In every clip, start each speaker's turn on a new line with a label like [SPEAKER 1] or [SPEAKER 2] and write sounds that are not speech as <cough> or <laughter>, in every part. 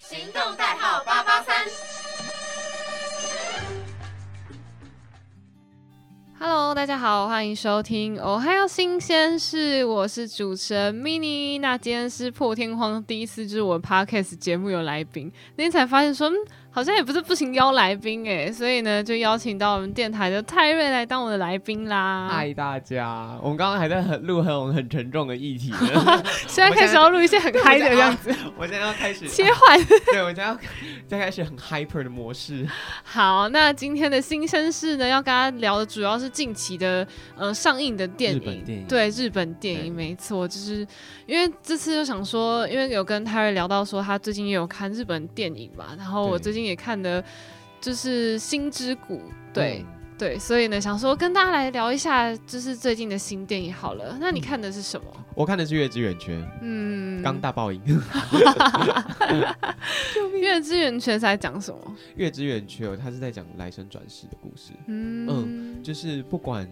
[SPEAKER 1] 行动代号八八三。
[SPEAKER 2] Hello，大家好，欢迎收听《哦还有新鲜事》，我是主持人 mini。那今天是破天荒第一次，就是我的 podcast 节目有来宾，那天才发现说，嗯，好像也不是不行邀来宾诶，所以呢，就邀请到我们电台的泰瑞来当我的来宾啦。
[SPEAKER 3] 爱大家，我们刚刚还在很录很很沉重的议题
[SPEAKER 2] <laughs>
[SPEAKER 3] 呢，
[SPEAKER 2] 现在开始要录一些很嗨的这
[SPEAKER 3] <laughs>
[SPEAKER 2] 样子，
[SPEAKER 3] 我现在要开始
[SPEAKER 2] 切换。
[SPEAKER 3] 对我现在要再开始很 hyper 的模式。
[SPEAKER 2] 好，那今天的新生事呢，要跟大家聊的主要是近期的呃上映的电影，
[SPEAKER 3] 日本电影
[SPEAKER 2] 对日本电
[SPEAKER 3] 对
[SPEAKER 2] 影，没错，就是因为这次就想说，因为有跟泰瑞聊到说他最近也有看日本电影嘛，然后我
[SPEAKER 3] 对
[SPEAKER 2] 最近也看的就是《星之谷》，对、
[SPEAKER 3] 嗯
[SPEAKER 2] 对，所以呢想说跟大家来聊一下，就是最近的新电影好了。那你看的是什么？
[SPEAKER 3] 嗯我看的是《月之圆圈》，
[SPEAKER 2] 嗯，
[SPEAKER 3] 刚大爆音， <laughs>
[SPEAKER 2] 月之源泉》是在讲什么？
[SPEAKER 3] 《月之圆圈》它是在讲来生转世的故事，
[SPEAKER 2] 嗯
[SPEAKER 3] 嗯就是不管。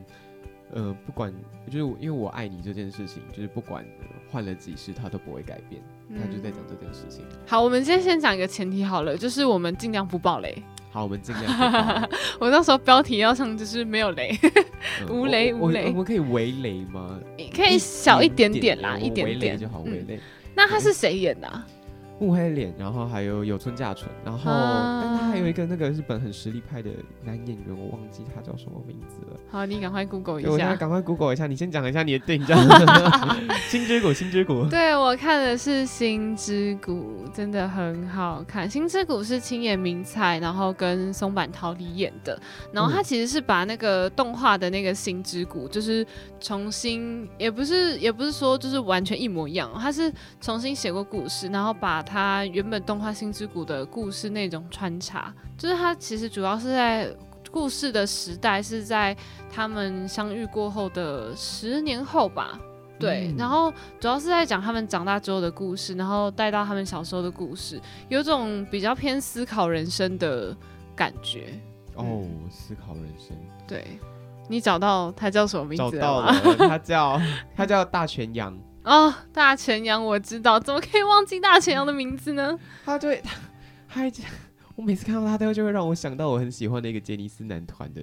[SPEAKER 3] 呃，不管就是我因为我爱你这件事情，就是不管呃换了几世，它都不会改变。
[SPEAKER 2] 嗯
[SPEAKER 3] 他就在讲这件事情。
[SPEAKER 2] 好，我们今天先讲一个前提好了，就是我们尽量不爆雷。
[SPEAKER 3] 好，我们
[SPEAKER 2] <laughs>
[SPEAKER 3] 尽量不爆
[SPEAKER 2] 我到时候标题要上就是没有 <laughs> 雷，
[SPEAKER 3] 嗯
[SPEAKER 2] 无雷
[SPEAKER 3] 我
[SPEAKER 2] 无雷
[SPEAKER 3] 我我们可以围雷吗？
[SPEAKER 2] 可以小一点点啦，
[SPEAKER 3] 我
[SPEAKER 2] 一点
[SPEAKER 3] 围雷
[SPEAKER 2] 点
[SPEAKER 3] 就好，
[SPEAKER 2] 嗯
[SPEAKER 3] 围雷。
[SPEAKER 2] 那他是谁演的啊、
[SPEAKER 3] 木黑脸，然后还有有村架纯，然后、
[SPEAKER 2] 啊
[SPEAKER 3] 但他还有一个那个日本很实力派的男演员，我忘记他叫什么名字了。
[SPEAKER 2] 好，你赶快 Google
[SPEAKER 3] 对我
[SPEAKER 2] 一
[SPEAKER 3] 现在
[SPEAKER 2] 下。
[SPEAKER 3] 赶快 Google 一下，你先哦讲一下你的 <laughs> 电影叫新之谷》，《新之 <laughs> 谷》。
[SPEAKER 2] 对我看的是《星之谷》，真的很好看。《星之谷》是青野明菜，然后跟松坂桃李演的。然后他其实是把那个动画的那个《星之谷》，就是重新，也不是也不是说就是完全一模一样，他是重新写过故事，然后把他原本动画《星之谷》的故事内容穿插。就是他其实主要是在故事的时代是在他们相遇过后的十年后吧。对，
[SPEAKER 3] 嗯
[SPEAKER 2] 然后主要是在讲他们长大之后的故事，然后带到他们小时候的故事，有种比较偏思考人生的感觉。
[SPEAKER 3] 哦，
[SPEAKER 2] 嗯
[SPEAKER 3] 思考人生，
[SPEAKER 2] 对，你找到他叫什么名
[SPEAKER 3] 找
[SPEAKER 2] 字啊
[SPEAKER 3] 到
[SPEAKER 2] 吗？
[SPEAKER 3] 了，
[SPEAKER 2] <laughs>
[SPEAKER 3] 他叫他叫大泉洋，
[SPEAKER 2] 哦，大泉洋，我知道，怎么可以忘记大泉洋的名字
[SPEAKER 3] <laughs>
[SPEAKER 2] 呢？
[SPEAKER 3] 他就会他他还我每次看到他都就会让我想到我很喜欢的一个杰尼斯男团的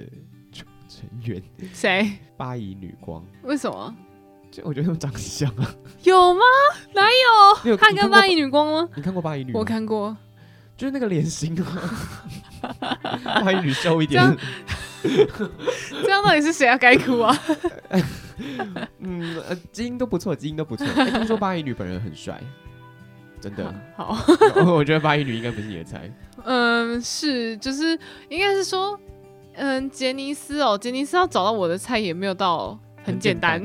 [SPEAKER 3] 成成员
[SPEAKER 2] 谁？
[SPEAKER 3] 八乙女光，
[SPEAKER 2] 为什么？
[SPEAKER 3] 就我觉得他们长得像啊。
[SPEAKER 2] 有吗？哪
[SPEAKER 3] 你
[SPEAKER 2] 有？
[SPEAKER 3] 有
[SPEAKER 2] 他
[SPEAKER 3] 你
[SPEAKER 2] 跟
[SPEAKER 3] 看过
[SPEAKER 2] 八一女光吗？
[SPEAKER 3] 你看过八乙女吗？
[SPEAKER 2] 我看过，
[SPEAKER 3] 就是那个脸型啊， <laughs> 万一女瘦一
[SPEAKER 2] 这
[SPEAKER 3] 点，
[SPEAKER 2] 样这样到底是谁要该
[SPEAKER 3] <laughs>
[SPEAKER 2] 哭啊？
[SPEAKER 3] 嗯，呃，基因都不错，基因都不错。欸、听说八一女本人很帅，真 <laughs> 的，
[SPEAKER 2] 好，
[SPEAKER 3] 我觉得八一女应该不是你的菜。
[SPEAKER 2] 嗯，是，就是应该是说，嗯，杰尼斯哦，杰尼斯要找到我的菜也没有到很简单。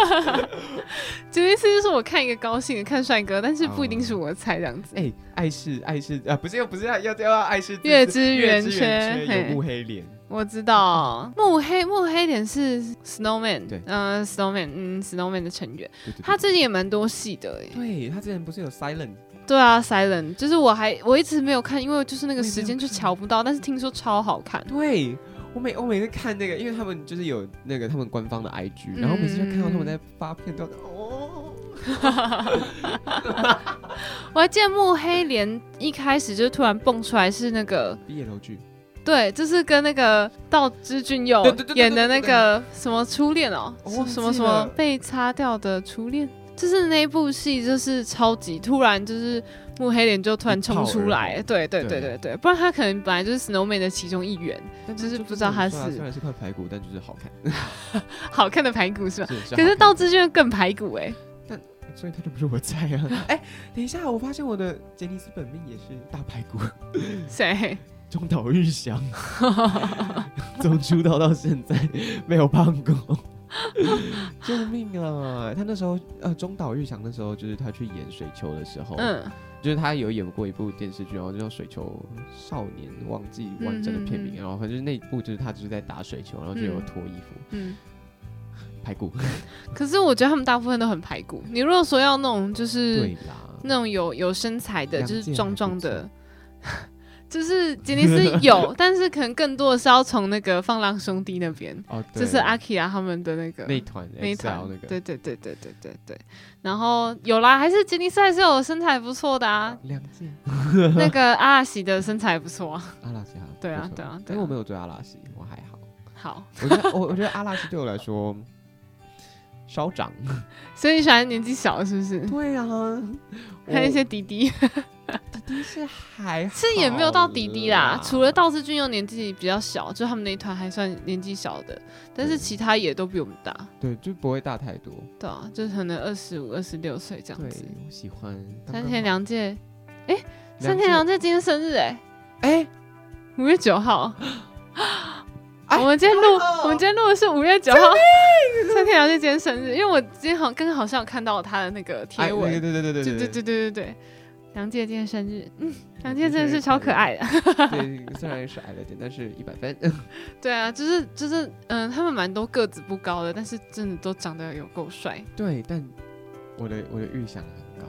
[SPEAKER 2] <laughs> 杰尼斯就是我看一个高兴的看帅哥，但是不一定是我的菜这样子。
[SPEAKER 3] 哎、爱是爱是啊，不是又不是要要要爱是
[SPEAKER 2] 月之
[SPEAKER 3] 月
[SPEAKER 2] 圆
[SPEAKER 3] 之
[SPEAKER 2] 缺
[SPEAKER 3] 圆缺
[SPEAKER 2] 嘿
[SPEAKER 3] 有木黑脸，
[SPEAKER 2] 我知道，慕黑慕黑脸是 Snowman，
[SPEAKER 3] 嗯对
[SPEAKER 2] 嗯、s n o w m a n 嗯，Snowman 的成员，
[SPEAKER 3] 对对对
[SPEAKER 2] 他最近也蛮多戏的耶。
[SPEAKER 3] 对他之前不是有 silent，
[SPEAKER 2] 对啊，Silent，就是我还我一直没有看，因为就是那个
[SPEAKER 3] 我也没有
[SPEAKER 2] 时间就
[SPEAKER 3] 看
[SPEAKER 2] 瞧不到，但是听说超好看。
[SPEAKER 3] 对。我每我每次看那个，因为他们就是有那个他们官方的
[SPEAKER 2] 嗯
[SPEAKER 3] IG，、然后每次就看到他们在发片段，哦，
[SPEAKER 2] 我还记得慕黑莲一开始就突然蹦出来是那个，
[SPEAKER 3] 毕业楼剧，
[SPEAKER 2] 对，就是跟那个道之俊佑
[SPEAKER 3] 对对对对
[SPEAKER 2] 演的那
[SPEAKER 3] 对对
[SPEAKER 2] 个什么初恋哦，
[SPEAKER 3] 我
[SPEAKER 2] 什
[SPEAKER 3] 忘记
[SPEAKER 2] 什么什么
[SPEAKER 3] 了
[SPEAKER 2] 被擦掉的初恋，就是那一部戏就是超级突然，就是慕黑莲就突然冲出
[SPEAKER 3] 一炮
[SPEAKER 2] 来
[SPEAKER 3] 而，
[SPEAKER 2] 对对对
[SPEAKER 3] 对
[SPEAKER 2] 对对，不然他可能本来就是 Snowman 的其中一员，
[SPEAKER 3] 但
[SPEAKER 2] 就是不
[SPEAKER 3] 真
[SPEAKER 2] 知道
[SPEAKER 3] 的
[SPEAKER 2] 他
[SPEAKER 3] 很帅啊
[SPEAKER 2] 是
[SPEAKER 3] 虽然是块排骨，但就是好看。
[SPEAKER 2] 好看的排骨是吧？
[SPEAKER 3] 是是
[SPEAKER 2] 可
[SPEAKER 3] 好
[SPEAKER 2] 是
[SPEAKER 3] 看
[SPEAKER 2] 道之俊佑更排骨哎、
[SPEAKER 3] 所以他就不是我菜
[SPEAKER 2] <laughs>
[SPEAKER 3] 啊！哎、等一下，我发现我的杰尼斯本命也是大排骨，
[SPEAKER 2] 谁？
[SPEAKER 3] 中岛裕
[SPEAKER 2] <laughs>
[SPEAKER 3] 翔，从出道到现在没有胖过， <laughs> 救命啊！他那时候呃，中岛裕翔那时候就是他去演水球的时候，
[SPEAKER 2] 嗯，
[SPEAKER 3] 就是他有演过一部电视剧，然后叫《水球少年》，忘记完整的片
[SPEAKER 2] 嗯
[SPEAKER 3] 名，
[SPEAKER 2] 嗯嗯
[SPEAKER 3] 然后反正那一部就是他就是在打水球，然后就有脱衣服、
[SPEAKER 2] 嗯，
[SPEAKER 3] 排骨，
[SPEAKER 2] 可是我觉得他们大部分都很排骨。你如果说要那种就是
[SPEAKER 3] 对啦，
[SPEAKER 2] 那种有有身材的，
[SPEAKER 3] 梁
[SPEAKER 2] 就是
[SPEAKER 3] 健
[SPEAKER 2] 壮
[SPEAKER 3] 还不
[SPEAKER 2] 壮
[SPEAKER 3] 错
[SPEAKER 2] 的， <laughs> 就是吉尼斯有，但是可能更多的是要从那个放浪兄弟那
[SPEAKER 3] <laughs>
[SPEAKER 2] 边，
[SPEAKER 3] 哦，对
[SPEAKER 2] 就是阿 k i 他们的那个
[SPEAKER 3] 那一团
[SPEAKER 2] 那一
[SPEAKER 3] XL
[SPEAKER 2] 团
[SPEAKER 3] 那个，
[SPEAKER 2] 对对对对对对对。然后有啦，还是吉尼斯还是有身材不错的
[SPEAKER 3] <laughs>
[SPEAKER 2] 啊，
[SPEAKER 3] 两件
[SPEAKER 2] 那个阿拉西的身材不错啊。
[SPEAKER 3] 阿拉西哈，
[SPEAKER 2] 对啊
[SPEAKER 3] 不错
[SPEAKER 2] 对啊对啊
[SPEAKER 3] 但是我没有追阿拉西，我还好。
[SPEAKER 2] 好，
[SPEAKER 3] 我觉得我 <laughs> 我觉得阿拉西对我来说
[SPEAKER 2] <laughs>
[SPEAKER 3] 稍长，
[SPEAKER 2] 所以你喜欢年纪小的是不是？
[SPEAKER 3] 对啊，
[SPEAKER 2] <laughs> 看那些弟弟，
[SPEAKER 3] 弟是还
[SPEAKER 2] 其实也没有到弟弟啦
[SPEAKER 3] 好，
[SPEAKER 2] 除了道士俊佑年纪比较小，就他们那一团还算年纪小的，但是
[SPEAKER 3] 对
[SPEAKER 2] 其他也都比我们大，
[SPEAKER 3] 对就不会大太多。
[SPEAKER 2] 对啊，就是可能二十五、二十六岁这样
[SPEAKER 3] 对
[SPEAKER 2] 子。，
[SPEAKER 3] 我喜欢刚
[SPEAKER 2] 三
[SPEAKER 3] 刚
[SPEAKER 2] 田
[SPEAKER 3] 好
[SPEAKER 2] 凉介，哎、三田
[SPEAKER 3] 良
[SPEAKER 2] 凉介今天生日哎、
[SPEAKER 3] 哎
[SPEAKER 2] 五月九号。
[SPEAKER 3] <gasps> 哎
[SPEAKER 2] 我们今天录
[SPEAKER 3] 对哦，
[SPEAKER 2] 我们今天录的是五月九号， <laughs> 三天良介今天生日，因为我今天好像刚刚好像有看到他的那个贴
[SPEAKER 3] 哎
[SPEAKER 2] 文，
[SPEAKER 3] 对对对对
[SPEAKER 2] 对对
[SPEAKER 3] 对哎
[SPEAKER 2] 对对对对，梁介今天生日，嗯，梁介
[SPEAKER 3] 梁
[SPEAKER 2] 真的
[SPEAKER 3] 介
[SPEAKER 2] 是超可
[SPEAKER 3] 可
[SPEAKER 2] 爱啊的，
[SPEAKER 3] 对，虽然是矮了点，但是一百分。
[SPEAKER 2] <laughs> 对啊，就是就是，嗯，他们蛮多个子不高的，但是真的都长得有够帅，
[SPEAKER 3] 对，但我的我的预想很高，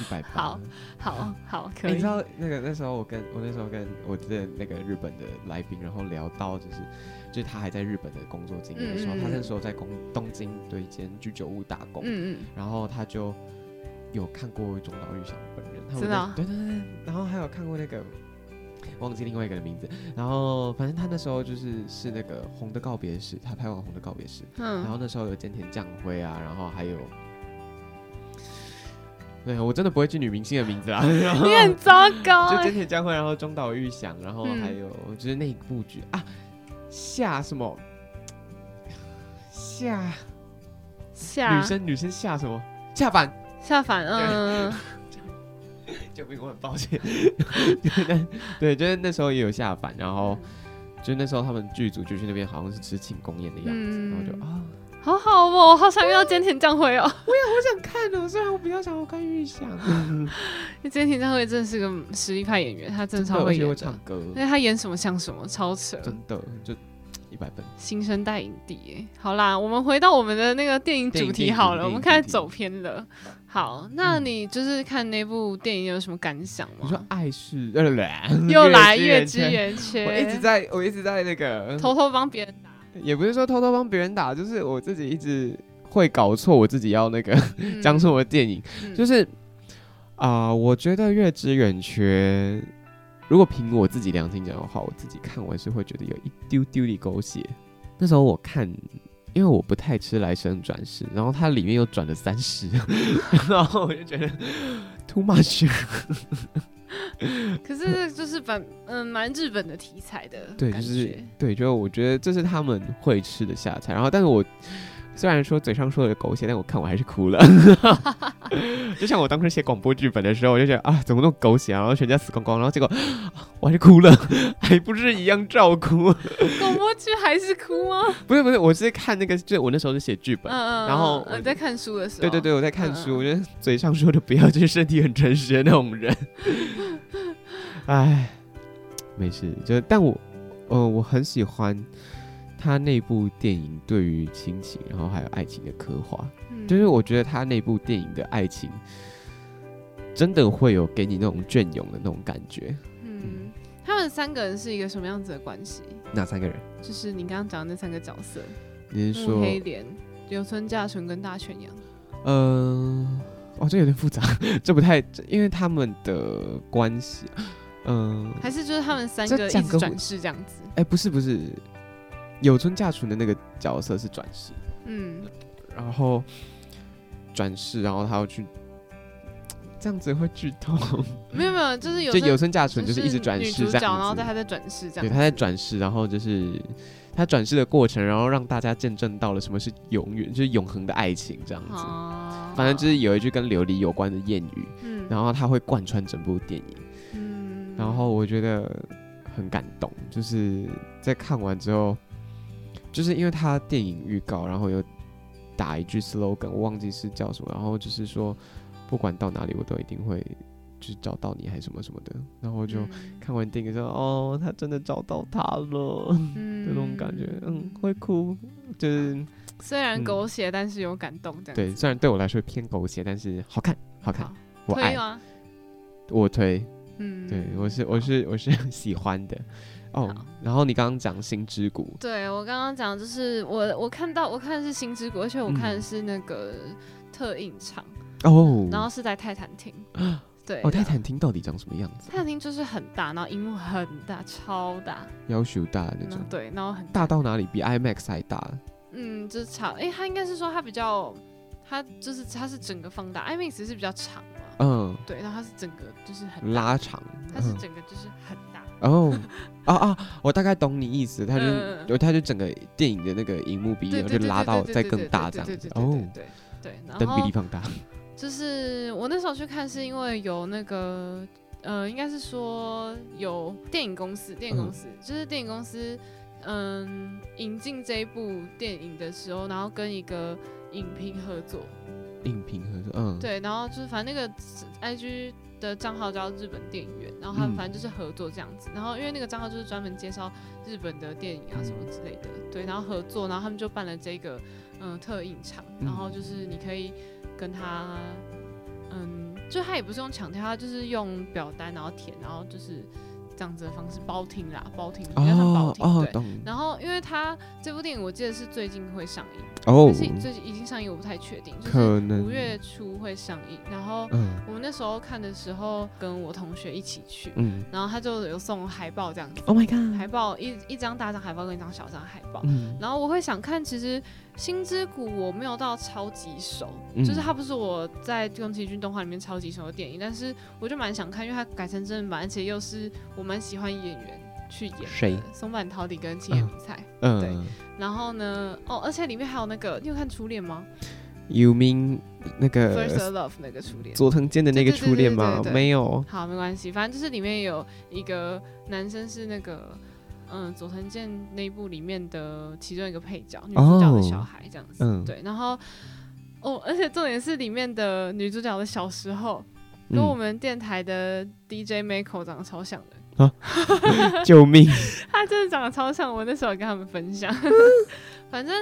[SPEAKER 3] 一百八。
[SPEAKER 2] 好好好可
[SPEAKER 3] 欸你
[SPEAKER 2] 以
[SPEAKER 3] 知，道那个那时候我跟我那时候跟我的那个日本的来宾，然后聊到就是就是他还在日本的工作经验的时候，
[SPEAKER 2] 嗯嗯嗯
[SPEAKER 3] 他那时候在工东京的一间居酒屋打工，
[SPEAKER 2] 嗯嗯，
[SPEAKER 3] 然后他就有看过中岛裕翔本人，他们
[SPEAKER 2] 真的啊
[SPEAKER 3] 在对对对，然后还有看过那个。忘记另外一个的名字，然后反正他那时候就是是那个《红的告别式》，他拍完《红的告别式》，然
[SPEAKER 2] 嗯，
[SPEAKER 3] 后那时候有菅田将晖啊，然后还有，对我真的不会记女明星的名 <laughs> 字啦，啊
[SPEAKER 2] 你很糟糕
[SPEAKER 3] 就
[SPEAKER 2] 欸
[SPEAKER 3] 菅，田将晖，然后中岛裕翔，然后
[SPEAKER 2] 嗯
[SPEAKER 3] 还有就是那一部剧啊，夏什么夏
[SPEAKER 2] 下
[SPEAKER 3] 女生女生夏什么夏 <laughs> 凡，
[SPEAKER 2] 下凡，嗯，
[SPEAKER 3] 救命，我很抱歉。 <laughs> 对，就是那时候也有夏凡，然后
[SPEAKER 2] 嗯
[SPEAKER 3] 就那时候他们剧组就去那边好像是吃庆功宴的样子，然后就
[SPEAKER 2] 嗯
[SPEAKER 3] 啊，
[SPEAKER 2] 好好哦，我好想遇到菅田将晖哦。 <laughs>
[SPEAKER 3] 我想看哦，虽然我比较想要啊看裕翔，
[SPEAKER 2] 那菅田将晖真的是个嗯实力派演员，他真的 <laughs> 超
[SPEAKER 3] 而
[SPEAKER 2] 会
[SPEAKER 3] 且
[SPEAKER 2] 演
[SPEAKER 3] 会
[SPEAKER 2] 的
[SPEAKER 3] 唱，歌，
[SPEAKER 2] 因为他演什么像什么，超扯，
[SPEAKER 3] 真的就一百分。
[SPEAKER 2] 新生代影帝耶。好啦，我们回到我们的那个电影主题好了，
[SPEAKER 3] 电影电影
[SPEAKER 2] 我们开
[SPEAKER 3] 电
[SPEAKER 2] 始
[SPEAKER 3] 影
[SPEAKER 2] 走偏了。好，那你就是看那部电影有什么感想
[SPEAKER 3] 你说
[SPEAKER 2] 吗？
[SPEAKER 3] 爱 <laughs> 是呃，
[SPEAKER 2] 又来
[SPEAKER 3] 越
[SPEAKER 2] 月之圆缺，
[SPEAKER 3] <laughs> 我一直在，我一直在那个
[SPEAKER 2] 偷偷帮别人打，
[SPEAKER 3] 也不是说偷偷帮别人打，就是我自己一直会搞错，我自己要那个
[SPEAKER 2] 嗯
[SPEAKER 3] <laughs> 讲什么电影，
[SPEAKER 2] 嗯
[SPEAKER 3] 就是啊、我觉得《月之远缺》，如果凭我自己良心讲的话，我自己看完是会觉得有一丢丢的狗血。那时候我看，因为我不太吃来生转世，然后它里面又转了三十， <laughs> 然后我就觉得 too much。
[SPEAKER 2] 可是就是蛮嗯蛮日本的题材的感觉， <laughs>
[SPEAKER 3] 对，就是对，就我觉得这是他们会吃得下的菜。然后，但是我虽然说嘴上说的狗血，但我看我还是哭 <laughs> 了。就像我当时写广播剧本的时候，我就觉得啊，怎么那么狗血啊，然后全家死光光，然后结果、啊我还是哭了， <laughs> 还不是一样照哭？
[SPEAKER 2] 广播剧还是哭吗？
[SPEAKER 3] <laughs> 不是不是，我是看那个，就我那时候是写剧本。
[SPEAKER 2] 嗯嗯，
[SPEAKER 3] 然后
[SPEAKER 2] 嗯
[SPEAKER 3] 我
[SPEAKER 2] 你在看书的时候，
[SPEAKER 3] 对对对，我在看
[SPEAKER 2] 嗯
[SPEAKER 3] 书，我觉得嘴上说的不要，就是身体很诚实的那种人。唉，没事，就但我，呃，我很喜欢他那部电影对于亲情，然后还有爱情的刻画，
[SPEAKER 2] 嗯，
[SPEAKER 3] 就是我觉得他那部电影的爱情。真的会有给你那种隽永的那种感觉。
[SPEAKER 2] 嗯，他们三个人是一个什么样子的关系？
[SPEAKER 3] 哪三个人？
[SPEAKER 2] 就是你刚刚讲的那三个角色，
[SPEAKER 3] 你是
[SPEAKER 2] 木
[SPEAKER 3] 说，
[SPEAKER 2] 嗯黑莲、柳村架纯跟大泉洋。
[SPEAKER 3] 嗯，哦，这有点复杂， <laughs> 这不太，这因为他们的关系，嗯、
[SPEAKER 2] 还是就是他们三
[SPEAKER 3] 这
[SPEAKER 2] 个一
[SPEAKER 3] 讲
[SPEAKER 2] 直
[SPEAKER 3] 个
[SPEAKER 2] 转世这样子。
[SPEAKER 3] 哎、不是不是，有村架纯的那个角色是转世，
[SPEAKER 2] 嗯，
[SPEAKER 3] 然后转世，然后他要去，这样子会剧透。
[SPEAKER 2] 没有没有，就是有
[SPEAKER 3] 就
[SPEAKER 2] 这
[SPEAKER 3] 有村架纯就是是一直转
[SPEAKER 2] 女
[SPEAKER 3] 世
[SPEAKER 2] 主
[SPEAKER 3] 这
[SPEAKER 2] 角，
[SPEAKER 3] 样子，
[SPEAKER 2] 然后在她在转世这样
[SPEAKER 3] 对，
[SPEAKER 2] 子。
[SPEAKER 3] 他在转世，然后就是他转世的过程，然后让大家见证到了什么是永远，就是永恒的爱情这样子。
[SPEAKER 2] 哦，
[SPEAKER 3] 反正就是有一句跟琉璃有关的谚语，
[SPEAKER 2] 嗯，
[SPEAKER 3] 然后他会贯穿整部电影。
[SPEAKER 2] 嗯
[SPEAKER 3] 然后我觉得很感动，就是在看完之后，就是因为他电影预告，然后有打一句 slogan，我忘记是叫什么，然后就是说不管到哪里，我都一定会就是找到你，还是什么什么的。然后就
[SPEAKER 2] 嗯
[SPEAKER 3] 看完电影之后，哦，他真的找到他了，
[SPEAKER 2] 嗯
[SPEAKER 3] 这种感觉，嗯，会哭，就是
[SPEAKER 2] 虽然
[SPEAKER 3] 嗯
[SPEAKER 2] 狗血，但是有感动这样
[SPEAKER 3] 对，
[SPEAKER 2] 子。
[SPEAKER 3] 虽然对我来说偏狗血，但是好看，好看，
[SPEAKER 2] 好
[SPEAKER 3] 我
[SPEAKER 2] 推哦
[SPEAKER 3] 爱，
[SPEAKER 2] 吗？
[SPEAKER 3] 我推，
[SPEAKER 2] 嗯，
[SPEAKER 3] 对我是我是我是喜欢的哦
[SPEAKER 2] 好。
[SPEAKER 3] 然后你刚刚讲星之谷，
[SPEAKER 2] 对我刚刚讲就是我我看到我看的是星之谷，而且我看的
[SPEAKER 3] 嗯
[SPEAKER 2] 是那个特映场，
[SPEAKER 3] 哦，
[SPEAKER 2] 然后啊是在泰坦厅，对，
[SPEAKER 3] 哦，泰坦厅到底长什么样子
[SPEAKER 2] 泰？坦厅就是很大，然后荧幕很大，超大，
[SPEAKER 3] 要求大那种
[SPEAKER 2] 嗯，，对，然后很
[SPEAKER 3] 大到哪里？比 IMAX 还大？
[SPEAKER 2] 嗯，就是长，哎、它应该是说它比较，它就是它是整个放大，IMAX 是比较长嘛，
[SPEAKER 3] 嗯，
[SPEAKER 2] 对，然后它是整个就是很大，
[SPEAKER 3] 拉长。
[SPEAKER 2] 它是
[SPEAKER 3] 嗯
[SPEAKER 2] 整个就是很大，
[SPEAKER 3] 哦，啊啊，我大概懂你意思，他就
[SPEAKER 2] 嗯
[SPEAKER 3] 有他就整个电影的那个荧幕比
[SPEAKER 2] 对
[SPEAKER 3] 例然后
[SPEAKER 2] 对
[SPEAKER 3] 就
[SPEAKER 2] 对，
[SPEAKER 3] 拉
[SPEAKER 2] 对
[SPEAKER 3] 到
[SPEAKER 2] 对
[SPEAKER 3] 再
[SPEAKER 2] 对
[SPEAKER 3] 更
[SPEAKER 2] 对
[SPEAKER 3] 大这
[SPEAKER 2] 对
[SPEAKER 3] 样
[SPEAKER 2] 对
[SPEAKER 3] 子
[SPEAKER 2] 对。对
[SPEAKER 3] 哦
[SPEAKER 2] 对，对对，然
[SPEAKER 3] 等比例
[SPEAKER 2] 后
[SPEAKER 3] 放大。
[SPEAKER 2] 就是我那时候去看是因为有那个。呃，应该是说有电影公司，电影公
[SPEAKER 3] 嗯
[SPEAKER 2] 司、就是电影公司，嗯，引进这一部电影的时候，然后跟一个影评合作，
[SPEAKER 3] 影评合作，嗯，，
[SPEAKER 2] 对，然后就是反正那个 IG 的账号叫日本电影院，然后他们
[SPEAKER 3] 嗯
[SPEAKER 2] 反正就是合作这样子。然后因为那个账号就是专门介绍日本的电影啊什
[SPEAKER 3] 嗯
[SPEAKER 2] 么之类的，对，然后合作，然后他们就办了这个嗯、呃特映场，然后就是你可以跟他嗯，就他也不是用抢票，他就是用表单然后填，然后就是这样子的方式包听啦，包听，比较像包
[SPEAKER 3] 哦
[SPEAKER 2] 听、
[SPEAKER 3] 哦，
[SPEAKER 2] 对。
[SPEAKER 3] 懂，
[SPEAKER 2] 然后，因为他这部电影我记得是最近会上映，
[SPEAKER 3] 哦
[SPEAKER 2] 但，是最近已经上映，我不太确定，就是
[SPEAKER 3] 可能
[SPEAKER 2] 五月初会上映，然后
[SPEAKER 3] 嗯
[SPEAKER 2] 我们那时候看的时候跟我同学一起去，
[SPEAKER 3] 嗯
[SPEAKER 2] 哦然后他就有送海报这样子，
[SPEAKER 3] ，Oh my god，
[SPEAKER 2] 海报一一张大张海报跟一张小张海报。
[SPEAKER 3] 嗯
[SPEAKER 2] 然后我会想看，其实《星之谷》我没有到超级熟，
[SPEAKER 3] 嗯
[SPEAKER 2] 就是它不是我在宫崎骏动画里面超级熟的电影，但是我就蛮想看，因为它改成真人版，而且又是我蛮喜欢演员去演的
[SPEAKER 3] 谁
[SPEAKER 2] 松坂桃李跟青野明菜。对
[SPEAKER 3] 嗯
[SPEAKER 2] 然后呢，哦，而且里面还有那个，你有看《初恋》吗、
[SPEAKER 3] ，You mean 那
[SPEAKER 2] f i r s t
[SPEAKER 3] 个
[SPEAKER 2] Love 那个初恋。
[SPEAKER 3] 佐藤健的那个
[SPEAKER 2] 对对
[SPEAKER 3] 初恋
[SPEAKER 2] 对对
[SPEAKER 3] 吗
[SPEAKER 2] 对？对
[SPEAKER 3] 没有，
[SPEAKER 2] 好，没关系，反正就是里面有一个男生是那个，嗯，佐藤健那一部里面的其中一个配角，女主角的小孩这样子。
[SPEAKER 3] 嗯
[SPEAKER 2] 对，然后哦，而且重点是里面的女主角的小时候跟我
[SPEAKER 3] 嗯，
[SPEAKER 2] 们电台的 DJ Miko 长得超像的，
[SPEAKER 3] 救命，
[SPEAKER 2] <laughs> 她真的长得超像，我那时候有跟他们分享。 <laughs> 反正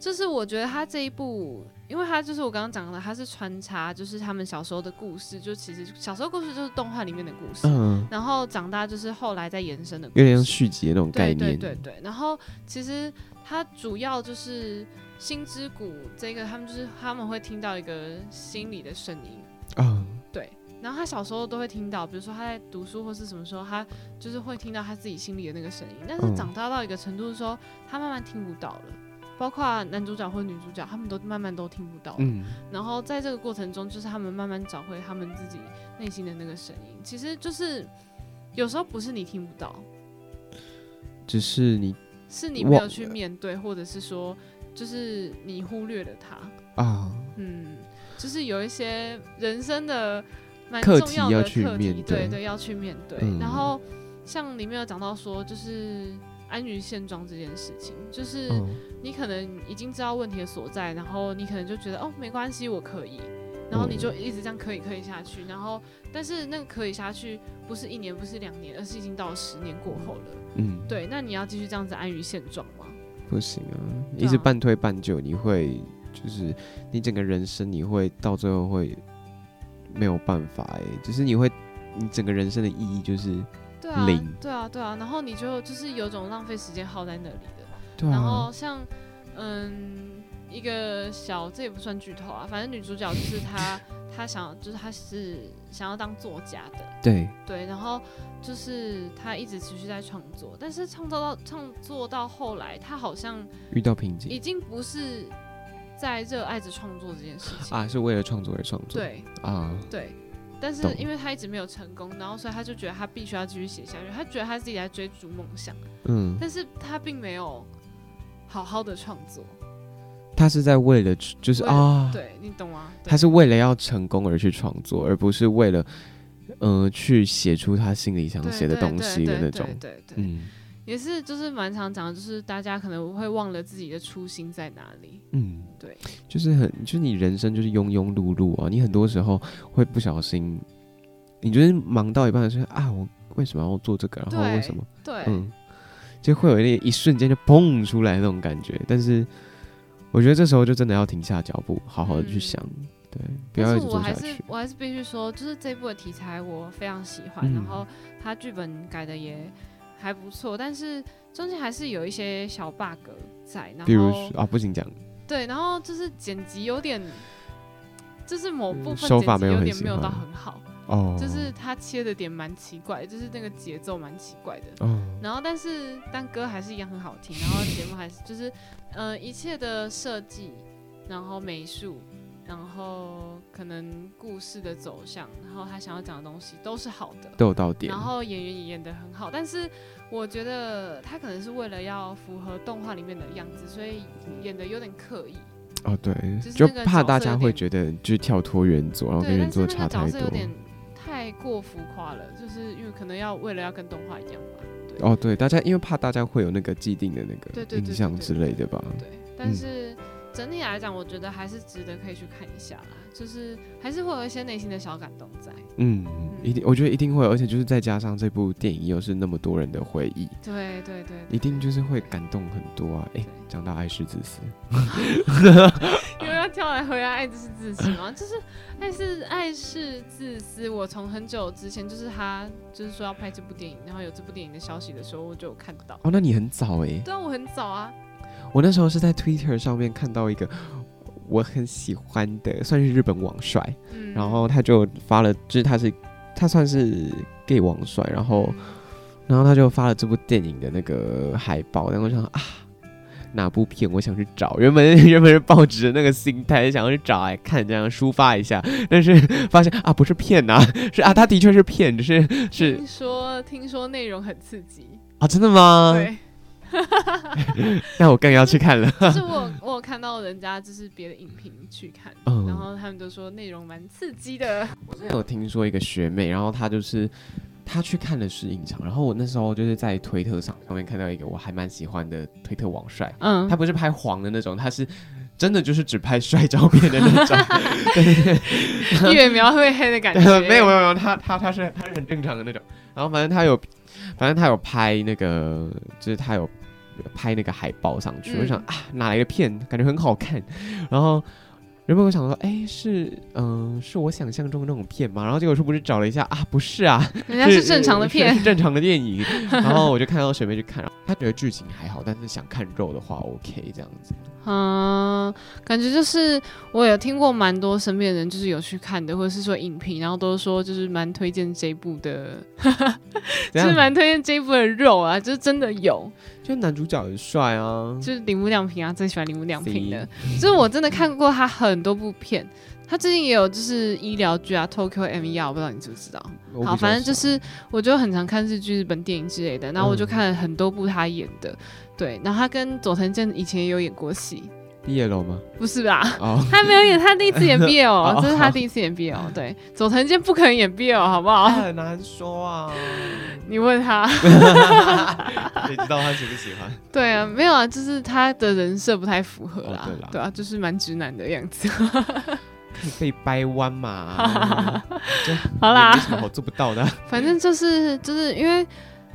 [SPEAKER 2] 就是我觉得他这一部，因为他就是我刚刚讲的，他是穿插就是他们小时候的故事，就其实小时候故事就是动画里面的故事。
[SPEAKER 3] 嗯，
[SPEAKER 2] 然后长大就是后来再延伸的故事，
[SPEAKER 3] 有点像续集的那种概
[SPEAKER 2] 对
[SPEAKER 3] 念，
[SPEAKER 2] 对对对。然后其实它主要就是心之谷这个，他们就是他们会听到一个心里的声音，
[SPEAKER 3] 啊，
[SPEAKER 2] 对。然后他小时候都会听到，比如说他在读书或是什么时候，他就是会听到他自己心里的那个声音。但是
[SPEAKER 3] 嗯
[SPEAKER 2] 长大到一个程度的时候，他慢慢听不到了，包括男主角或女主角，他们都慢慢都听不到了。
[SPEAKER 3] 嗯，
[SPEAKER 2] 然后在这个过程中，就是他们慢慢找回他们自己内心的那个声音。其实就是有时候不是你听不到，
[SPEAKER 3] 只是你
[SPEAKER 2] 是你没
[SPEAKER 3] 忘
[SPEAKER 2] 有
[SPEAKER 3] 了
[SPEAKER 2] 去面对，或者是说就是你忽略了它。
[SPEAKER 3] 啊，
[SPEAKER 2] 嗯，就是有一些人生的蛮
[SPEAKER 3] 课
[SPEAKER 2] 重
[SPEAKER 3] 题
[SPEAKER 2] 要
[SPEAKER 3] 要
[SPEAKER 2] 的
[SPEAKER 3] 去
[SPEAKER 2] 课
[SPEAKER 3] 面
[SPEAKER 2] 题，对
[SPEAKER 3] 对
[SPEAKER 2] 对，要去面对。
[SPEAKER 3] 嗯
[SPEAKER 2] 然后像里面有讲到说，就是安于现状这件事情，就是哦
[SPEAKER 3] 嗯
[SPEAKER 2] 你可能已经知道问题的所在，然后你可能就觉得哦没关系，我可以，然后你就一直这样可以可以下去，然后但是那个可以下去不是一年，不是两年，而是已经到了十年过后了。
[SPEAKER 3] 嗯，
[SPEAKER 2] 对，那你要继续这样子安于现状吗？
[SPEAKER 3] 不行啊，
[SPEAKER 2] 对
[SPEAKER 3] 一直
[SPEAKER 2] 啊
[SPEAKER 3] 半推半就，你会就是你整个人生，你会到最后会没有办法哎、就是你会你整个人生的意义就是
[SPEAKER 2] 对啊
[SPEAKER 3] 零，
[SPEAKER 2] 对啊，对啊，然后你就就是有种浪费时间耗在那里的。
[SPEAKER 3] 对啊
[SPEAKER 2] 然后像嗯，一个小这也不算剧透啊，反正女主角就是
[SPEAKER 3] <laughs>
[SPEAKER 2] 她，她想就是她是想要当作家的，
[SPEAKER 3] 对，
[SPEAKER 2] 对，然后就是她一直持续在创作，但是创作到创作到后来，她好像
[SPEAKER 3] 遇到瓶
[SPEAKER 2] 已
[SPEAKER 3] 颈
[SPEAKER 2] 经不是在热爱着创作这件事情，
[SPEAKER 3] 啊，是为了创作而创作，
[SPEAKER 2] 对
[SPEAKER 3] 啊，
[SPEAKER 2] 对。但是
[SPEAKER 3] 懂
[SPEAKER 2] 因为她一直没有成功，然后所以她就觉得她必须要继续写下去，她觉得她自己在追逐梦想，
[SPEAKER 3] 嗯，
[SPEAKER 2] 但是她并没有好好的创作。
[SPEAKER 3] 他是在为了就是
[SPEAKER 2] 为了
[SPEAKER 3] 啊，
[SPEAKER 2] 对你懂吗？对
[SPEAKER 3] 他是为了要成功而去创作，而不是为了呃去写出他心里想
[SPEAKER 2] 对
[SPEAKER 3] 写的
[SPEAKER 2] 对
[SPEAKER 3] 东
[SPEAKER 2] 对
[SPEAKER 3] 西
[SPEAKER 2] 对
[SPEAKER 3] 的
[SPEAKER 2] 对
[SPEAKER 3] 那种，
[SPEAKER 2] 对对
[SPEAKER 3] 嗯
[SPEAKER 2] 也是就是蛮常讲的，就是大家可能会忘了自己的初心在哪里。
[SPEAKER 3] 嗯。
[SPEAKER 2] 对，
[SPEAKER 3] 就是很，就是你人生就是庸庸碌碌啊，你很多时候会不小心，你就是忙到一半的时候啊，我为什么要做这个？然后
[SPEAKER 2] 对
[SPEAKER 3] 为什么？
[SPEAKER 2] 对，
[SPEAKER 3] 嗯，就会有一一瞬间就砰出来那种感觉。但是我觉得这时候就真的要停下脚步，好好的去
[SPEAKER 2] 嗯
[SPEAKER 3] 想，对，不
[SPEAKER 2] 但
[SPEAKER 3] 要
[SPEAKER 2] 是
[SPEAKER 3] 一直
[SPEAKER 2] 我
[SPEAKER 3] 做
[SPEAKER 2] 还
[SPEAKER 3] 下
[SPEAKER 2] 是
[SPEAKER 3] 去。
[SPEAKER 2] 我还是必须说，就是这部的题材我非常喜欢，
[SPEAKER 3] 嗯
[SPEAKER 2] 然后它剧本改的也还不错，但是中间还是有一些小 bug 在，然
[SPEAKER 3] 比如
[SPEAKER 2] 后
[SPEAKER 3] 说啊，不行讲，
[SPEAKER 2] 对，然后就是剪辑有点，就是某部分
[SPEAKER 3] 嗯手
[SPEAKER 2] 剪
[SPEAKER 3] 法
[SPEAKER 2] 辑
[SPEAKER 3] 没有
[SPEAKER 2] 有
[SPEAKER 3] 很
[SPEAKER 2] 点
[SPEAKER 3] 喜
[SPEAKER 2] 没有到
[SPEAKER 3] 欢
[SPEAKER 2] 很好，
[SPEAKER 3] 哦，
[SPEAKER 2] 就是它切的点蛮奇怪，就是那个节奏蛮奇怪的。
[SPEAKER 3] 哦，
[SPEAKER 2] 然后，但是但歌还是一样很好听，然后节目还是就是，呃，一切的设计，然后美术，然后可能故事的走向，然后他想要讲的东西都是好的，
[SPEAKER 3] 都有到点
[SPEAKER 2] 然，后演员也演得很好，但是我觉得他可能是为了要符合动画里面的样子，所以演的有点刻意。
[SPEAKER 3] 哦，对，
[SPEAKER 2] 就是
[SPEAKER 3] 就
[SPEAKER 2] 那个
[SPEAKER 3] 怕
[SPEAKER 2] 角
[SPEAKER 3] 大
[SPEAKER 2] 色
[SPEAKER 3] 家
[SPEAKER 2] 有
[SPEAKER 3] 会
[SPEAKER 2] 点
[SPEAKER 3] 觉得就是跳脱原作，然后哦跟
[SPEAKER 2] 对，
[SPEAKER 3] 原
[SPEAKER 2] 但
[SPEAKER 3] 作
[SPEAKER 2] 是那个
[SPEAKER 3] 差
[SPEAKER 2] 角
[SPEAKER 3] 太
[SPEAKER 2] 色
[SPEAKER 3] 多
[SPEAKER 2] 有。点太过浮夸了，就是因为可能要为了要跟动画一样吧。对，
[SPEAKER 3] 哦，对，大家因为怕大家会有那个既定的那
[SPEAKER 2] 对
[SPEAKER 3] 个
[SPEAKER 2] 对对
[SPEAKER 3] 印
[SPEAKER 2] 对
[SPEAKER 3] 象
[SPEAKER 2] 对
[SPEAKER 3] 之类的吧。
[SPEAKER 2] 对，但是整体来讲，我觉得还是值得可以去看一下啦，就是还是会有一些内心的小感动在。
[SPEAKER 3] 嗯，一定，我觉得一定会，而且就是再加上这部电影又是那么多人的回忆，
[SPEAKER 2] 对对对
[SPEAKER 3] 一定就是会感动很多啊。哎，讲到爱是自私，
[SPEAKER 2] 又要跳来回来，爱是自私吗？就是爱是爱是自私。我从很久之前，就是他就是说要拍这部电影，然后有这部电影的消息的时候，我就有看到。
[SPEAKER 3] 哦，那你很早哎、
[SPEAKER 2] 对啊，我很早啊，
[SPEAKER 3] 我那时候是在 Twitter 上面看到一个我很喜欢的，算是日本网帅，
[SPEAKER 2] 嗯，
[SPEAKER 3] 然后他就发了，就是他是他算是 gay 网帅，然后然后他就发了这部电影的那个海报，然后我想啊。哪部片我想去找？原本 <laughs> 原本是抱着那个心态想要去找来看，这样抒发一下，但是发现啊 <laughs> 不是骗呐、是啊他的确是骗，只是是
[SPEAKER 2] 听说听说内容很刺激，
[SPEAKER 3] 啊真的吗？ <laughs>
[SPEAKER 2] 对，
[SPEAKER 3] 那我更要去
[SPEAKER 2] <laughs>
[SPEAKER 3] 看了。
[SPEAKER 2] 就是我我有看到人家就是别的影评去看，
[SPEAKER 3] 嗯
[SPEAKER 2] 然后他们都说内容蛮刺激的。
[SPEAKER 3] 我之前有听说一个学妹，然后她就是她去看了试映场，然后我那时候就是在推特上上面看到一个我还蛮喜欢的推特网帅，
[SPEAKER 2] 嗯
[SPEAKER 3] 他不是拍黄的那种，他是真的就是只拍帅照片的那种，
[SPEAKER 2] 越描越黑的感
[SPEAKER 3] 对
[SPEAKER 2] 觉。
[SPEAKER 3] <laughs> 没有没有没有，他他他是他是很正常的那种，然后反正他有反正他有拍那个就是他有拍那个海报上去，我想
[SPEAKER 2] 嗯
[SPEAKER 3] 啊哪来的片，感觉很好看，然后。原本我想说，哎，是，嗯、是我想象中的那种片吗？然后结果是不是找了一下啊，不是
[SPEAKER 2] <laughs>
[SPEAKER 3] 啊，
[SPEAKER 2] 人家是正常的
[SPEAKER 3] 是
[SPEAKER 2] 片。
[SPEAKER 3] 是正常的电影。然后我就看到学妹去看，然后她觉得剧情还好，但是想看肉的话，OK 这样子。
[SPEAKER 2] 嗯，感觉就是我有听过蛮多身边的人就是有去看的，或者是说影评，然后都说就是蛮推荐这一部
[SPEAKER 3] <laughs>
[SPEAKER 2] 的，
[SPEAKER 3] 这
[SPEAKER 2] 就是
[SPEAKER 3] 样
[SPEAKER 2] 蛮推荐这一部的肉啊，就是真的有，
[SPEAKER 3] 就男主角很帅啊，
[SPEAKER 2] 就是铃木亮平啊，最喜欢铃木亮平的
[SPEAKER 3] C，
[SPEAKER 2] <laughs> 就是我真的看过他很多部片。他最近也有就是医疗剧啊，Tokyo M E R，我不知道你知不知道。
[SPEAKER 3] 我比较
[SPEAKER 2] 好，反正就
[SPEAKER 3] 少
[SPEAKER 2] 是我就很常看日剧、日本电影之类的，然后我就
[SPEAKER 3] 嗯
[SPEAKER 2] 看了很多部他演的，对，然后他跟佐藤健以前也有演过戏，
[SPEAKER 3] 毕业了吗？
[SPEAKER 2] 不是吧？ <laughs>
[SPEAKER 3] 哦，
[SPEAKER 2] 他没有演，他第一次
[SPEAKER 3] <laughs>
[SPEAKER 2] 演
[SPEAKER 3] 哦
[SPEAKER 2] BL，这是他第一次演 BL，对，佐藤健不可能演 BL，好不好？ <laughs>
[SPEAKER 3] 哎很难说啊，
[SPEAKER 2] 你问他，
[SPEAKER 3] 谁知道他喜不喜欢？
[SPEAKER 2] 对啊，没有啊，就是他的人设不太符合啦
[SPEAKER 3] 哦对啦，
[SPEAKER 2] 对啊，就是蛮直男的样子。 <laughs>
[SPEAKER 3] 被掰弯 <laughs> 嘛，
[SPEAKER 2] 好啦
[SPEAKER 3] 没，什么好做不到的。
[SPEAKER 2] 反正就是就是因为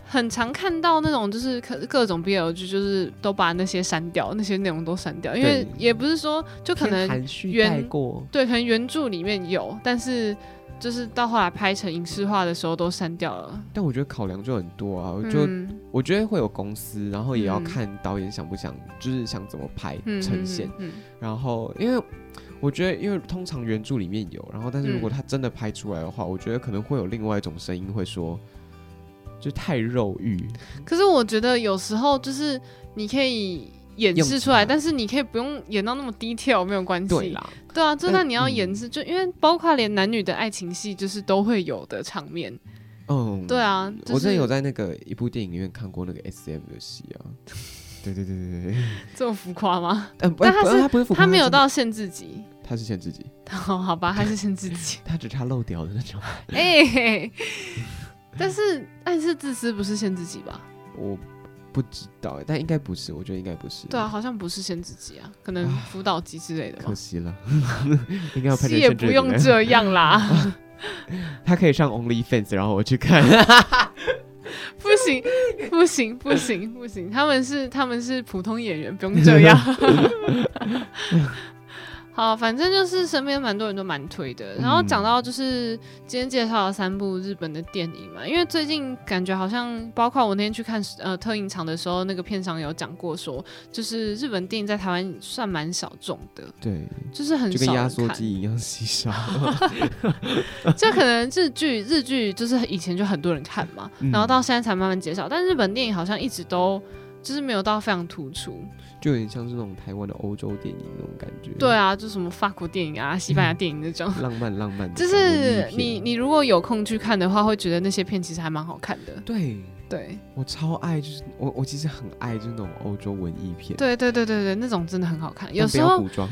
[SPEAKER 2] 很常看到那种就是各各种 BL 剧，就是都把那些删掉，那些内容都删掉，因为
[SPEAKER 3] 对
[SPEAKER 2] 也不是说就可能
[SPEAKER 3] 含蓄
[SPEAKER 2] 原
[SPEAKER 3] 带过，
[SPEAKER 2] 对，可能原著里面有，但是就是到后来拍成影视化的时候都删掉了。
[SPEAKER 3] 但我觉得考量就很多啊，我就
[SPEAKER 2] 嗯
[SPEAKER 3] 我觉得会有公司，然后也要
[SPEAKER 2] 嗯
[SPEAKER 3] 看导演想不想，就是想怎么拍
[SPEAKER 2] 嗯
[SPEAKER 3] 呈现。
[SPEAKER 2] 嗯
[SPEAKER 3] 然后，因为我觉得，因为通常原著里面有，然后但是如果
[SPEAKER 2] 嗯
[SPEAKER 3] 他真的拍出来的话，我觉得可能会有另外一种声音会说，就太肉欲，
[SPEAKER 2] 嗯可是我觉得有时候就是你可以掩
[SPEAKER 3] 用
[SPEAKER 2] 饰
[SPEAKER 3] 起
[SPEAKER 2] 出来，
[SPEAKER 3] 来
[SPEAKER 2] 但是你可以不用演到那么 detail，没有关系。
[SPEAKER 3] 对啦，
[SPEAKER 2] 对啊，就
[SPEAKER 3] 但
[SPEAKER 2] 那你要
[SPEAKER 3] 嗯
[SPEAKER 2] 掩饰，就因为包括连男女的爱情戏，就是都会有的场面。
[SPEAKER 3] 嗯，
[SPEAKER 2] 对啊，就是、
[SPEAKER 3] 我之前有在那个一部电影里面看过那个 S M 的戏
[SPEAKER 2] <laughs>
[SPEAKER 3] 啊，对对对对对， <laughs>
[SPEAKER 2] 这么浮夸吗？
[SPEAKER 3] 嗯，不
[SPEAKER 2] 但他
[SPEAKER 3] 不
[SPEAKER 2] 是
[SPEAKER 3] 他 <laughs> 不是浮夸
[SPEAKER 2] 他没有，
[SPEAKER 3] 真
[SPEAKER 2] 到限制级， <laughs>
[SPEAKER 3] 的他是限制级，
[SPEAKER 2] 好好吧，还是限制级。 <laughs>
[SPEAKER 3] 他只差漏掉的那种， <laughs>
[SPEAKER 2] 哎、 <laughs> 嘿但是但是自私不是限制级吧？
[SPEAKER 3] 我不知道，但应该不是，我觉得应该不是，
[SPEAKER 2] 对啊，，好像不是限制级啊，可能辅导级之类的吧
[SPEAKER 3] 可。惜了， <laughs> 应该要拍
[SPEAKER 2] 是
[SPEAKER 3] 成
[SPEAKER 2] 也
[SPEAKER 3] 限
[SPEAKER 2] 不
[SPEAKER 3] 制啊级
[SPEAKER 2] 用
[SPEAKER 3] 了
[SPEAKER 2] 这样啦，
[SPEAKER 3] <laughs> 他可以上 OnlyFans，然后我去看，
[SPEAKER 2] <laughs> 不行不行不行不
[SPEAKER 3] <laughs>
[SPEAKER 2] 行，他们是他们是普通演员，不用这样。 <laughs> 好，反正就是身边蛮多人都蛮推的。然后
[SPEAKER 3] 嗯
[SPEAKER 2] 讲到就是今天介绍了三部日本的电影嘛，因为最近感觉好像包括我那天去看呃特映场的时候，那个片商有讲过说，就是日本电影在台湾算蛮小众的，
[SPEAKER 3] 对，
[SPEAKER 2] 就是很
[SPEAKER 3] 就
[SPEAKER 2] 少
[SPEAKER 3] 跟压
[SPEAKER 2] 人
[SPEAKER 3] 缩
[SPEAKER 2] 看。
[SPEAKER 3] 机一样
[SPEAKER 2] <laughs>
[SPEAKER 3] 稀少。
[SPEAKER 2] 这可能日剧日剧就是以前就很多人看嘛，
[SPEAKER 3] 嗯
[SPEAKER 2] 然后到现在才慢慢减少。但日本电影好像一直都就是没有到非常突出。
[SPEAKER 3] 就有点像是那种台湾的欧洲电影那种感觉。
[SPEAKER 2] 对，啊，就什么法国电影啊、西班牙电影那种。
[SPEAKER 3] 浪漫浪漫
[SPEAKER 2] <laughs>
[SPEAKER 3] 的
[SPEAKER 2] 就
[SPEAKER 3] 文
[SPEAKER 2] 是
[SPEAKER 3] 艺片
[SPEAKER 2] 你，你如果有空去看的话，会觉得那些片其实还蛮好看的。
[SPEAKER 3] 对
[SPEAKER 2] 对，
[SPEAKER 3] 我超爱，就是我我其实很爱就是那种欧洲文艺片，
[SPEAKER 2] 对，对，对，对，对，那种真的很好看。
[SPEAKER 3] 但
[SPEAKER 2] 有
[SPEAKER 3] 不
[SPEAKER 2] 时
[SPEAKER 3] 要
[SPEAKER 2] 候，
[SPEAKER 3] 古
[SPEAKER 2] <laughs>
[SPEAKER 3] 装，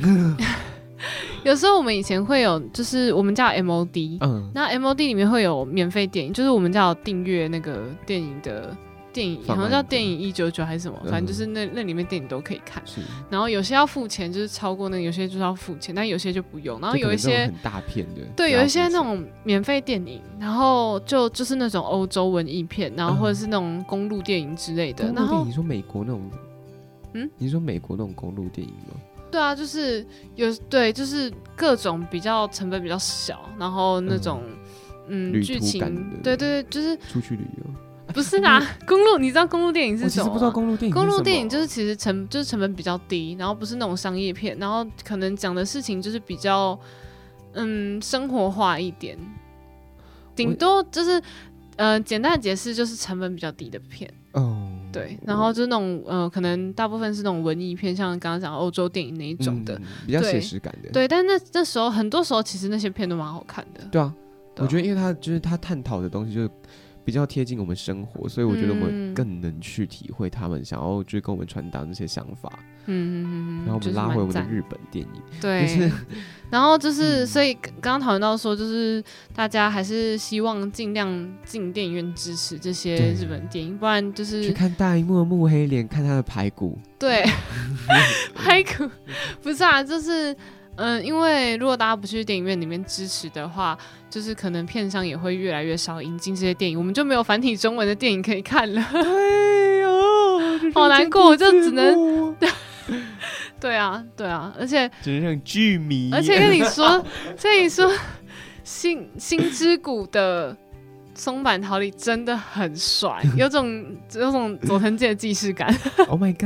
[SPEAKER 2] 有时候我们以前会有，就是我们叫 MOD，、
[SPEAKER 3] 嗯，
[SPEAKER 2] 那 MOD 里面会有免费电影，就是我们叫订阅那个电影的电影，好
[SPEAKER 3] 方案
[SPEAKER 2] 像叫电影一九九还是什么，
[SPEAKER 3] 嗯
[SPEAKER 2] 反正就是那那里面电影都可以看。
[SPEAKER 3] 是，
[SPEAKER 2] 然后有些要付钱，就是超过那个，有些就是要付钱，但有些就不用。然后
[SPEAKER 3] 就可
[SPEAKER 2] 有一
[SPEAKER 3] 能这种
[SPEAKER 2] 些
[SPEAKER 3] 很大片的，
[SPEAKER 2] 对，
[SPEAKER 3] 只要
[SPEAKER 2] 有一些
[SPEAKER 3] 付
[SPEAKER 2] 那
[SPEAKER 3] 钱
[SPEAKER 2] 种免费电影，然后就就是那种欧洲文艺片，然后
[SPEAKER 3] 嗯
[SPEAKER 2] 或者是那种公路电影之类的。
[SPEAKER 3] 公
[SPEAKER 2] 然
[SPEAKER 3] 路电
[SPEAKER 2] 后
[SPEAKER 3] 影，你说美国那种，
[SPEAKER 2] 嗯，
[SPEAKER 3] 你说美国那种公路电影吗？
[SPEAKER 2] 对啊，就是有对，就是各种比较成本比较小，然后那种嗯
[SPEAKER 3] 旅
[SPEAKER 2] 剧
[SPEAKER 3] 途
[SPEAKER 2] 情
[SPEAKER 3] 感的，
[SPEAKER 2] 对对对，就是
[SPEAKER 3] 出去旅游，
[SPEAKER 2] 不是啦，
[SPEAKER 3] <laughs>
[SPEAKER 2] 公路你知道公路电影
[SPEAKER 3] 我
[SPEAKER 2] 是
[SPEAKER 3] 其
[SPEAKER 2] 什么啊
[SPEAKER 3] 实不
[SPEAKER 2] 吗？
[SPEAKER 3] 知道公路电影，
[SPEAKER 2] 公路电影哎就是其实成就是成本比较低，然后不是那种商业片，然后可能讲的事情就是比较嗯生活化一点，顶多就是呃简单的解释就是成本比较低的片，
[SPEAKER 3] 哦，
[SPEAKER 2] 对，然后就是那种呃可能大部分是那种文艺片，像刚刚讲欧洲电影那一种的，
[SPEAKER 3] 嗯，比较写
[SPEAKER 2] 对
[SPEAKER 3] 实感的，
[SPEAKER 2] 对，但那那时候很多时候其实那些片都蛮好看的，
[SPEAKER 3] 对啊，
[SPEAKER 2] 对
[SPEAKER 3] 我
[SPEAKER 2] 啊
[SPEAKER 3] 觉得因为他就是他探讨的东西就是比较贴近我们生活，所以我觉得我们
[SPEAKER 2] 嗯
[SPEAKER 3] 更能去体会他们想要就是跟我们传达那些想法，
[SPEAKER 2] 嗯嗯嗯嗯，
[SPEAKER 3] 然后我
[SPEAKER 2] 就是
[SPEAKER 3] 们拉回
[SPEAKER 2] 蛮
[SPEAKER 3] 我们的
[SPEAKER 2] 赞
[SPEAKER 3] 日本电影，
[SPEAKER 2] 对，
[SPEAKER 3] 是
[SPEAKER 2] <laughs> 然后就是，所以刚刚讨论到说，就是大家还是希望尽量进电影院支持这些
[SPEAKER 3] 对
[SPEAKER 2] 日本电影，不然就
[SPEAKER 3] 去
[SPEAKER 2] 是
[SPEAKER 3] 看大荧幕的木黑脸，看他的排骨，
[SPEAKER 2] 对
[SPEAKER 3] <laughs>
[SPEAKER 2] 拍骨不是啊，就是嗯，因为如果大家不去电影院里面支持的话，就是可能片商也会越来越少引进这些电影，我们就没有繁体中文的电影可以看了。
[SPEAKER 3] 对哦，这
[SPEAKER 2] 好
[SPEAKER 3] 中
[SPEAKER 2] 难
[SPEAKER 3] 间
[SPEAKER 2] 过 <laughs>
[SPEAKER 3] 第
[SPEAKER 2] 我就
[SPEAKER 3] 字
[SPEAKER 2] 只能
[SPEAKER 3] 幕
[SPEAKER 2] 对啊，对啊，而且
[SPEAKER 3] 只能让剧迷，
[SPEAKER 2] 而且跟你说，跟你说，新新之谷的松坂桃李真的很帅，有种有种佐藤健的既视感，
[SPEAKER 3] <laughs> ，Oh my God。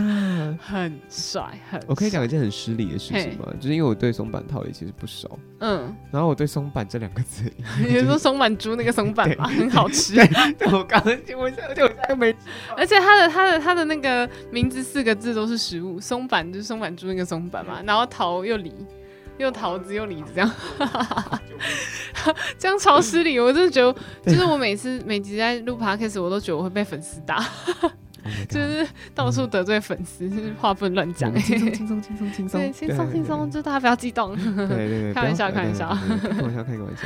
[SPEAKER 2] 很帅，很。
[SPEAKER 3] 我可以，讲一件很失礼的事
[SPEAKER 2] 嘿
[SPEAKER 3] 情吗？就是因为我对松坂桃李其实不熟，
[SPEAKER 2] 嗯，
[SPEAKER 3] 然后我对松坂这两个字， <laughs>
[SPEAKER 2] <laughs>
[SPEAKER 3] Oh
[SPEAKER 2] 你是说松坂猪那个松坂吧，很好吃，
[SPEAKER 3] 我刚刚我现在我现在没
[SPEAKER 2] 而且它的它的它的那个名字四个字都是食物，松坂就是松坂猪那个松坂嘛，然后桃又梨。又桃子又梨子
[SPEAKER 3] <laughs>
[SPEAKER 2] 这样，这样超失礼。我真的觉得，就是我每次每集在录 podcast，我都觉得我会被粉丝打。
[SPEAKER 3] Oh my God
[SPEAKER 2] 就是到处得罪粉丝，话不能乱讲
[SPEAKER 3] 我。们轻松轻松轻松轻松，
[SPEAKER 2] 对，轻松轻松，，就大家不要激动。
[SPEAKER 3] 对对对，对
[SPEAKER 2] 开玩笑
[SPEAKER 3] 不要
[SPEAKER 2] 开玩笑
[SPEAKER 3] 对对对开玩笑，开
[SPEAKER 2] <laughs>
[SPEAKER 3] 个玩笑。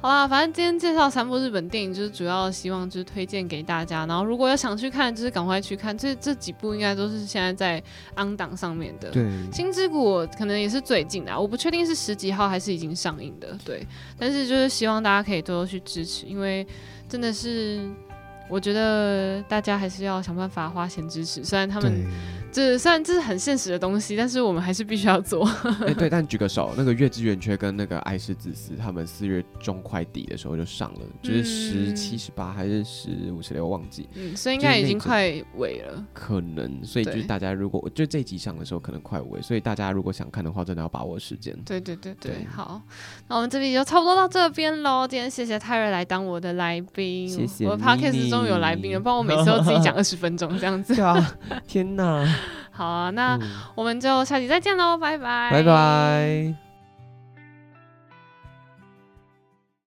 [SPEAKER 2] 好啦，反正今天介绍三部日本电影，就是主要希望就是推荐给大家。然后如果有想去看，就是赶快去看。这这几部应该都是现在在昂档上面的。
[SPEAKER 3] 对，
[SPEAKER 2] 新之谷我可能也是最近的啊、我不确定是十几号还是已经上映的。对，但是就是希望大家可以多多去支持，因为真的是我觉得大家还是要想办法花钱支持，虽然他们这虽然这是很现实的东西，但是我们还是必须要做。
[SPEAKER 3] 对，哎对，但举个手，那个月之圆缺跟那个爱是自私，他们四月中快底的时候就上了，就是十
[SPEAKER 2] 嗯
[SPEAKER 3] 七、十八还是十五、十六，忘记，
[SPEAKER 2] 嗯，所以应该已经快尾了。
[SPEAKER 3] 可能，所以就是
[SPEAKER 2] 对
[SPEAKER 3] 大家如果就这一集上的时候可能快尾，所以大家如果想看的话，真的要把握时间。
[SPEAKER 2] 对对对对，
[SPEAKER 3] 对
[SPEAKER 2] 好，那我们这里就差不多到这边喽。今天谢谢泰瑞来当我的来宾，
[SPEAKER 3] 谢谢
[SPEAKER 2] 我的 podcast
[SPEAKER 3] Mimi
[SPEAKER 2] 终于有来宾了，不然我每次都自己讲二十分钟这样子。
[SPEAKER 3] 对啊， <laughs> 天哪！
[SPEAKER 2] 好啊，那
[SPEAKER 3] 嗯
[SPEAKER 2] 我们就下期再见喽，拜拜，
[SPEAKER 3] 拜拜。